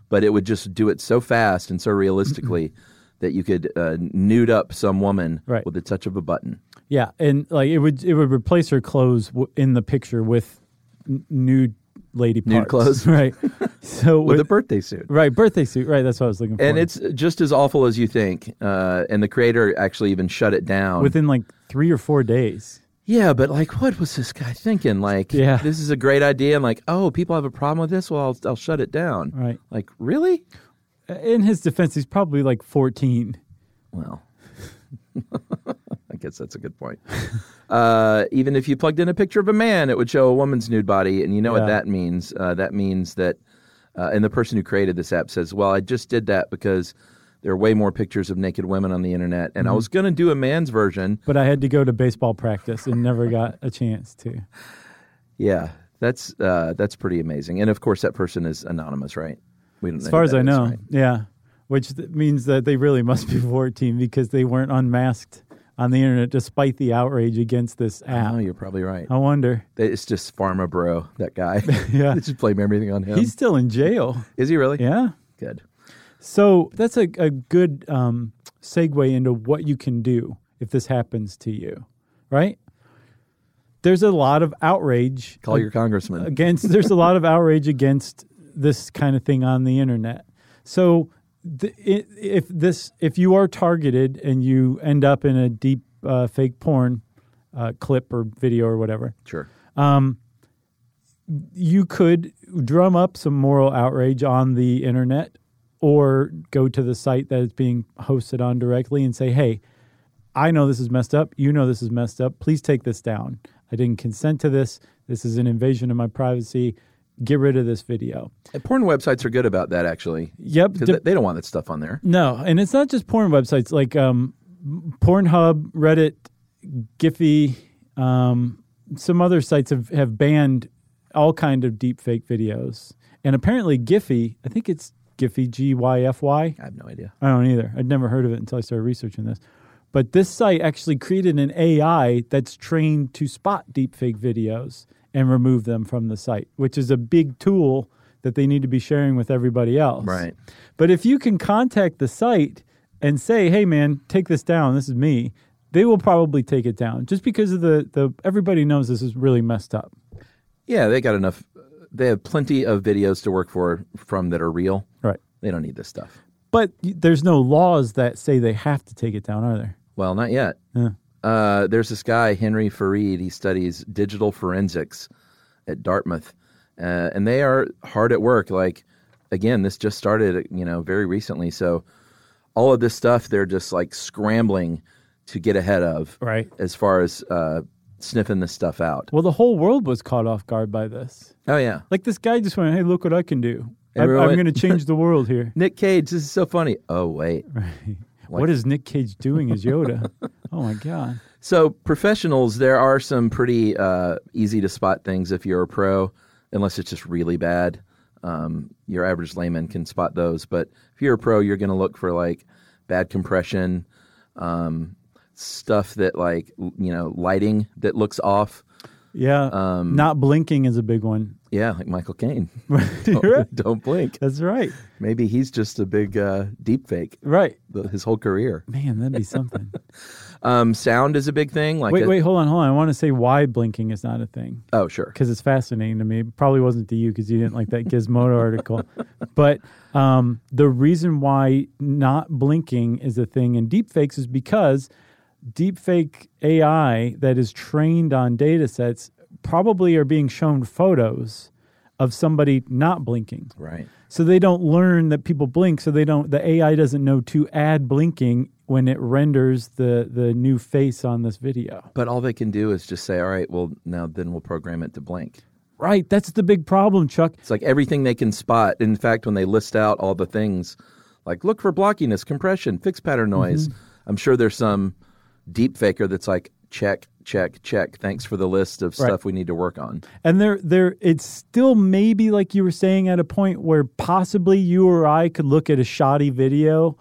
Speaker 3: but it would just do it so fast and so realistically that you could uh, nude up some woman
Speaker 2: Right.
Speaker 3: with the touch of a button.
Speaker 2: Yeah, and like it would it would replace her clothes w- in the picture with n- nude lady parts.
Speaker 3: Nude clothes.
Speaker 2: right? So
Speaker 3: With
Speaker 2: with,
Speaker 3: a birthday suit.
Speaker 2: right birthday suit, right? That's what I was looking for.
Speaker 3: And it's just as awful as you think. Uh, and the creator actually even shut it down.
Speaker 2: within like three or four days.
Speaker 3: yeah, but like, what was this guy thinking? Like,
Speaker 2: Yeah.
Speaker 3: this is a great idea. And like, oh, people have a problem with this. Well, I'll, I'll shut it down.
Speaker 2: Right.
Speaker 3: Like, really?
Speaker 2: In his defense, he's probably like fourteen.
Speaker 3: Well, I guess that's a good point. Uh, even if you plugged in a picture of a man, it would show a woman's nude body, and you know
Speaker 2: Yeah.
Speaker 3: what that means. Uh, that means that, uh, and the person who created this app says, "Well, I just did that because there are way more pictures of naked women on the internet,
Speaker 2: Mm-hmm.
Speaker 3: and I was going to do a man's version."
Speaker 2: But I had to go to baseball practice and never got a chance to.
Speaker 3: Yeah, that's uh, that's pretty amazing. And of course, that person is anonymous, right? We don't
Speaker 2: As far as I know,
Speaker 3: Right?
Speaker 2: yeah. Which th- means that they really must be 14 because they weren't unmasked on the internet despite the outrage against this app.
Speaker 3: Oh, you're probably right.
Speaker 2: I wonder.
Speaker 3: It's just Pharma Bro, that guy.
Speaker 2: Yeah.
Speaker 3: just blame everything on him.
Speaker 2: He's still in jail.
Speaker 3: is he really?
Speaker 2: Yeah.
Speaker 3: Good.
Speaker 2: So that's a, a good um, segue into what you can do if this happens to you, right? There's a lot of outrage
Speaker 3: Call your congressman.
Speaker 2: against there's a lot of outrage against this kind of thing on the internet. So th- i- if this if you are targeted and you end up in a deep uh, fake porn uh, clip or video or whatever,
Speaker 3: Sure.
Speaker 2: you could drum up some moral outrage on the internet or go to the site that it's being hosted on directly and say, hey, I know this is messed up. You know this is messed up. Please take this down. I didn't consent to this. This is an invasion of my privacy. Get rid of this video.
Speaker 3: And porn websites are good about that, actually.
Speaker 2: Yep.
Speaker 3: Because
Speaker 2: de-
Speaker 3: they don't want that stuff on there.
Speaker 2: no, and it's not just porn websites like um, Pornhub, Reddit, Giphy, um, some other sites have, have banned all kind of deep fake videos. And apparently Giphy, I think it's Giphy, G Y F Y.
Speaker 3: I have no idea.
Speaker 2: I don't either. I'd never heard of it until I started researching this. But this site actually created an AI that's trained to spot deepfake videos and remove them from the site, which is a big tool that they need to be sharing with everybody else.
Speaker 3: Right.
Speaker 2: But if you can contact the site and say, "Hey, man, take this down. This is me," they will probably take it down just because of the the everybody knows this is really messed up.
Speaker 3: Yeah, they got enough. They have plenty of videos to work for from that are real.
Speaker 2: Right.
Speaker 3: They don't need this stuff.
Speaker 2: But y- there's no laws that say they have to take it down, are there?
Speaker 3: Well, not yet.
Speaker 2: Yeah.
Speaker 3: Uh, there's this guy, Henry Farid. He studies digital forensics at Dartmouth, uh, and they are hard at work. Like, again, this just started, you know, very recently. So all of this stuff, they're just like scrambling to get ahead of
Speaker 2: Right.
Speaker 3: as far as uh, sniffing this stuff out.
Speaker 2: Well, the whole world was caught off guard by this.
Speaker 3: Oh yeah,
Speaker 2: Like this guy just went, "Hey, look what I can do! I'm,
Speaker 3: Everyone-
Speaker 2: I'm going to change the world here."
Speaker 3: Nick Cage. This is so funny. Oh wait.
Speaker 2: what is Nick Cage doing as Yoda? oh my god!
Speaker 3: So professionals, there are some pretty uh, easy to spot things if you're a pro, unless it's just really bad. Um, your average layman can spot those, but if you're a pro, you're going to look for like bad compression, um, stuff that like l- you know lighting that looks off.
Speaker 2: Yeah, Um, not blinking is a big one.
Speaker 3: Yeah, like Michael Caine.
Speaker 2: You're right.
Speaker 3: Don't, don't blink.
Speaker 2: That's right.
Speaker 3: Maybe he's just a big uh, deep fake.
Speaker 2: Right,
Speaker 3: the- His whole career.
Speaker 2: man, that'd be something.
Speaker 3: Um, sound is a big thing. Like
Speaker 2: wait,
Speaker 3: a-
Speaker 2: wait, hold on, hold on. I want to say why blinking is not a thing
Speaker 3: Oh sure.
Speaker 2: because it's fascinating to me. It probably wasn't to you because you didn't like that Gizmodo article, but um, the reason why not blinking is a thing in deepfakes is because deepfake AI that is trained on data sets probably are being shown photos of somebody not blinking.
Speaker 3: Right.
Speaker 2: so they don't learn that people blink so they don't the ai doesn't know to add blinking when it renders the the new face on this video
Speaker 3: But all they can do is just say, all right, well, now then we'll program it to blink.
Speaker 2: right that's the big problem chuck
Speaker 3: It's like everything they can spot. In fact, when they list out all the things, like look for blockiness, compression, fixed pattern
Speaker 2: Mm-hmm.
Speaker 3: noise, I'm sure there's some deep faker that's like, check, check, check. Thanks for the list of stuff we need to work on.
Speaker 2: and there there it's still maybe like you were saying at a point where possibly you or i could look at a shoddy video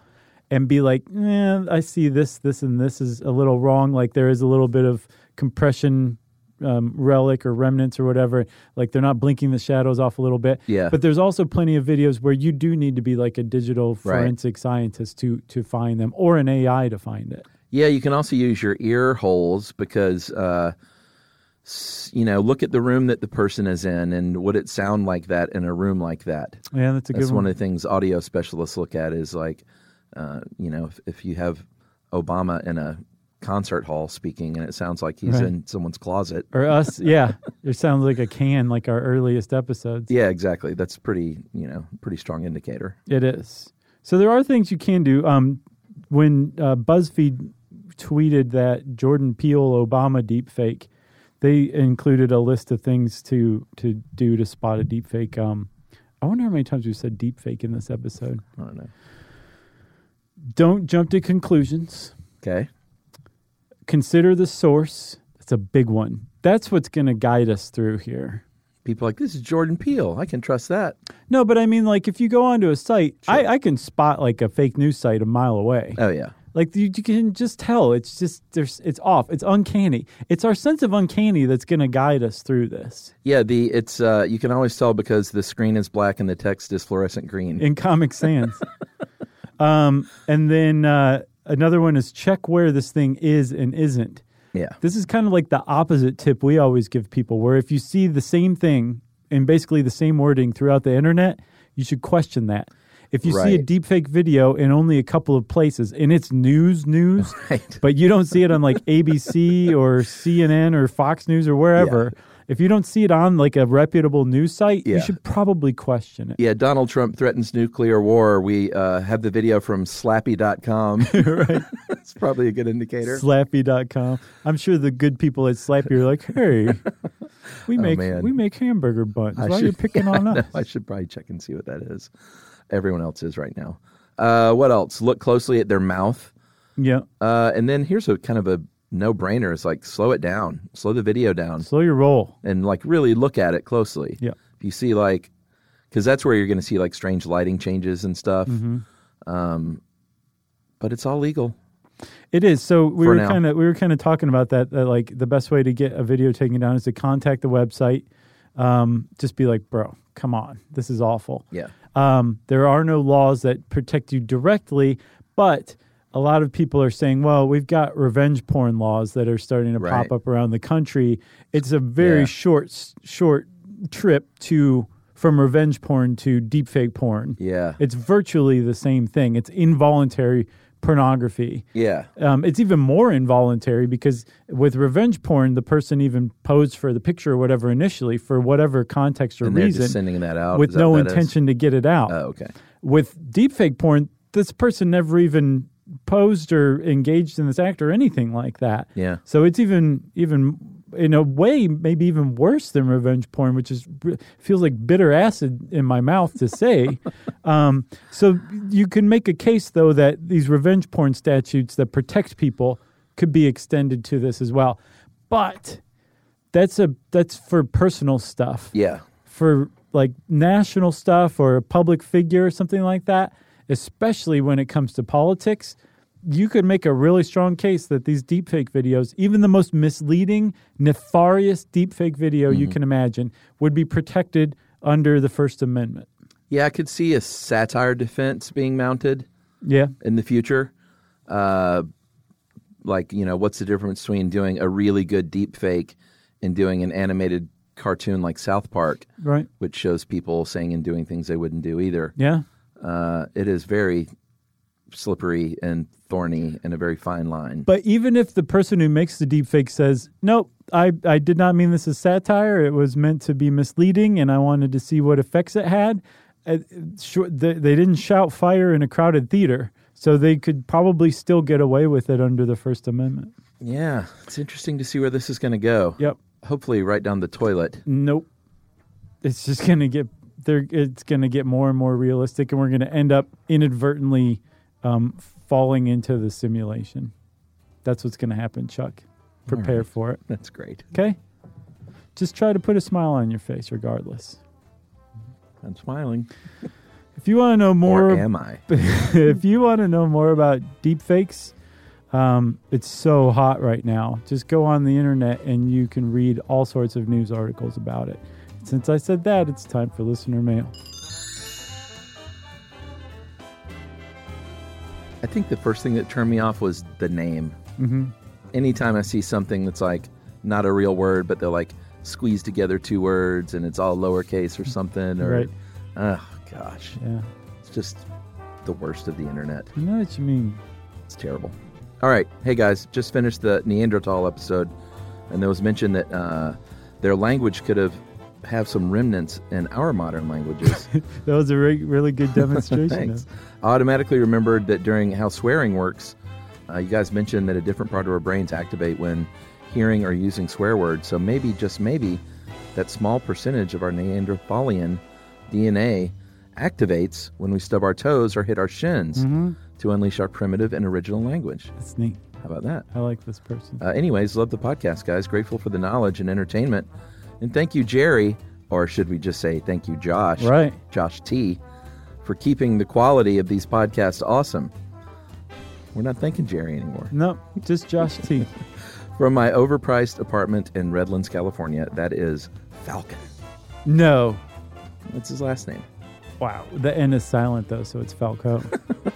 Speaker 2: and be like eh, i see this this and this is a little wrong like there is a little bit of compression um, relic or remnants or whatever like they're not blinking the shadows off a little bit
Speaker 3: Yeah.
Speaker 2: but there's also plenty of videos where you do need to be like a digital
Speaker 3: Right.
Speaker 2: forensic scientist to to find them or an ai to find it
Speaker 3: Yeah, you can also use your ear holes because, uh, s- you know, look at the room that the person is in and would it sound like that in a room like that?
Speaker 2: yeah that's a
Speaker 3: That's
Speaker 2: good one
Speaker 3: one of the things audio specialists look at is like, uh, you know, if, if you have Obama in a concert hall speaking and it sounds like he's
Speaker 2: Right.
Speaker 3: in someone's closet.
Speaker 2: or us yeah it sounds like a can like our earliest episodes
Speaker 3: Yeah, exactly. That's pretty, you know, pretty strong indicator.
Speaker 2: It is. So there are things you can do. Um, when uh, BuzzFeed tweeted that Jordan Peele Obama deepfake, they included a list of things to to do to spot a deepfake. Um, I wonder how many times we said deepfake in this episode.
Speaker 3: I don't know.
Speaker 2: Don't jump to conclusions.
Speaker 3: Okay.
Speaker 2: Consider the source. That's a big one. That's what's going to guide us through here.
Speaker 3: People are like, this is Jordan Peele. I can trust that.
Speaker 2: No, but I mean, like, if you go onto a site, I, I can spot like a fake news site a mile away.
Speaker 3: Oh, yeah.
Speaker 2: Like you, you can just tell it's just there's it's off. It's uncanny. It's our sense of uncanny that's going to guide us through this.
Speaker 3: Yeah, the it's uh, you can always tell because the screen is black and the text is fluorescent green.
Speaker 2: in Comic Sans. um, and then uh, another one is check where this thing is and isn't.
Speaker 3: yeah.
Speaker 2: This is kind of like the opposite tip we always give people, where if you see the same thing and basically the same wording throughout the internet, you should question that. If you see a
Speaker 3: Right.
Speaker 2: deepfake video in only a couple of places and it's news, news,
Speaker 3: Right.
Speaker 2: but you don't see it on like ABC or CNN or Fox News or wherever. If you don't see it on like a reputable news site,
Speaker 3: Yeah.
Speaker 2: you should probably question it.
Speaker 3: Yeah, Donald Trump threatens nuclear war. We uh, have the video from slappy.com. right. it's probably a good indicator.
Speaker 2: Slappy.com. I'm sure the good people at Slappy are like, hey, we make
Speaker 3: Oh, man.
Speaker 2: we make hamburger buns. Why are you
Speaker 3: should-
Speaker 2: picking
Speaker 3: Yeah, I
Speaker 2: on
Speaker 3: know.
Speaker 2: us?
Speaker 3: I should probably check and see what that is. Everyone else is right now. Uh, what else? Look closely at their mouth.
Speaker 2: Yeah.
Speaker 3: Uh, and then here's a kind of a no brainer. It's like slow it down, slow the video down,
Speaker 2: Slow your roll.
Speaker 3: and like really look at it closely.
Speaker 2: Yeah.
Speaker 3: If you see like, because that's where you're going to see like strange lighting changes and stuff. Um, but it's all legal.
Speaker 2: It is. So we
Speaker 3: For
Speaker 2: were
Speaker 3: now.
Speaker 2: kind of we were kind of talking about that, that like the best way to get a video taken down is to contact the website. Um, just be like, bro, come on. This is awful.
Speaker 3: Yeah.
Speaker 2: Um, there are no laws that protect you directly, but a lot of people are saying, well, we've got revenge porn laws that are starting to
Speaker 3: Right.
Speaker 2: pop up around the country. It's a very
Speaker 3: Yeah.
Speaker 2: short, short trip to from revenge porn to deepfake porn.
Speaker 3: Yeah.
Speaker 2: It's virtually the same thing. It's involuntary pornography.
Speaker 3: yeah.
Speaker 2: Um, it's even more involuntary because with revenge porn, the person even posed for the picture or whatever initially for whatever context or
Speaker 3: And they're
Speaker 2: reason
Speaker 3: just sending that out.
Speaker 2: with
Speaker 3: Is Oh, that
Speaker 2: no
Speaker 3: what that is?
Speaker 2: intention to get it out
Speaker 3: Oh, okay.
Speaker 2: with deepfake porn, this person never even posed or engaged in this act or anything like that.
Speaker 3: Yeah.
Speaker 2: So it's even even in a way maybe even worse than revenge porn, which is feels like bitter acid in my mouth to say. um, so you can make a case though that these revenge porn statutes that protect people could be extended to this as well, but that's a that's for personal stuff
Speaker 3: Yeah.
Speaker 2: for like national stuff or a public figure or something like that, especially when it comes to politics, you could make a really strong case that these deepfake videos, even the most misleading, nefarious deepfake video you can imagine, would be protected under the First Amendment.
Speaker 3: Yeah, I could see a satire defense being mounted
Speaker 2: Yeah.
Speaker 3: in the future. Uh, like, you know, what's the difference between doing a really good deep fake and doing an animated cartoon like South Park,
Speaker 2: Right.
Speaker 3: which shows people saying and doing things they wouldn't do either?
Speaker 2: Yeah.
Speaker 3: Uh, it is very slippery and thorny and a very fine line.
Speaker 2: But even if the person who makes the deepfake says, nope, I, I did not mean this as satire, it was meant to be misleading, and I wanted to see what effects it had, uh, sure, they, they didn't shout fire in a crowded theater. So they could probably still get away with it under the First Amendment.
Speaker 3: yeah, it's interesting to see where this is going to go.
Speaker 2: Yep.
Speaker 3: Hopefully, right down the toilet.
Speaker 2: Nope. It's just going to get there. It's going to get more and more realistic, and we're going to end up inadvertently um, falling into the simulation. That's what's going to happen, Chuck. Prepare for it.
Speaker 3: That's great.
Speaker 2: Okay? Just try to put a smile on your face regardless.
Speaker 3: I'm smiling.
Speaker 2: If you want to know more
Speaker 3: or am I?
Speaker 2: if you want to know more about deepfakes, um, it's so hot right now. Just go on the internet and you can read all sorts of news articles about it. Since I said that, it's time for listener mail.
Speaker 3: I think the first thing that turned me off was the name. Mm-hmm. Anytime I see something that's like not a real word, but they're like squeeze together two words and it's all lowercase or something, or
Speaker 2: Right.
Speaker 3: oh gosh,
Speaker 2: Yeah.
Speaker 3: it's just the worst of the internet.
Speaker 2: I know what you mean.
Speaker 3: It's terrible. All right, hey guys, just finished the Neanderthal episode, and there was mention that uh, their language could have have some remnants in our modern languages.
Speaker 2: That was a re- really good demonstration.
Speaker 3: Thanks.
Speaker 2: of-
Speaker 3: I automatically remembered that during how swearing works, uh, you guys mentioned that a different part of our brains activate when hearing or using swear words. So maybe, just maybe, that small percentage of our Neanderthalian DNA activates when we stub our toes or hit our shins
Speaker 2: Mm-hmm.
Speaker 3: to unleash our primitive and original language.
Speaker 2: That's neat.
Speaker 3: How about that?
Speaker 2: I like this person.
Speaker 3: Uh, anyways, love the podcast, guys. Grateful for the knowledge and entertainment. And thank you, Jerry, or should we just say thank you, Josh?
Speaker 2: Right.
Speaker 3: Josh T, for keeping the quality of these podcasts awesome. We're not thanking Jerry anymore.
Speaker 2: No, just Josh T.
Speaker 3: From my overpriced apartment in Redlands, California, that is Falcon.
Speaker 2: No.
Speaker 3: That's his last name.
Speaker 2: Wow. The N is silent though, so it's Falco.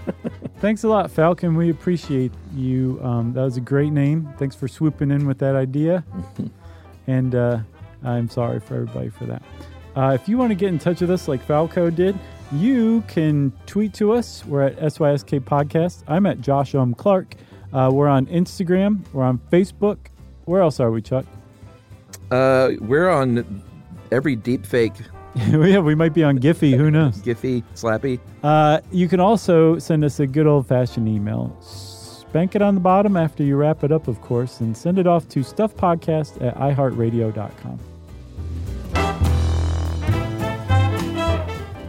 Speaker 2: Thanks a lot, Falcon. We appreciate you. Um, that was a great name. Thanks for swooping in with that idea. and uh, I'm sorry for everybody for that. Uh, if you want to get in touch with us like Falco did, you can tweet to us. We're at SYSK Podcast. I'm at Josh Um Clark. Uh, we're on Instagram. We're on Facebook. Where else are we, Chuck?
Speaker 3: Uh, we're on every deepfake,
Speaker 2: yeah, we might be on Giphy. Who knows?
Speaker 3: Giphy, Slappy.
Speaker 2: Uh, you can also send us a good old fashioned email. Spank it on the bottom after you wrap it up, of course, and send it off to stuffpodcast at iheartradio.com.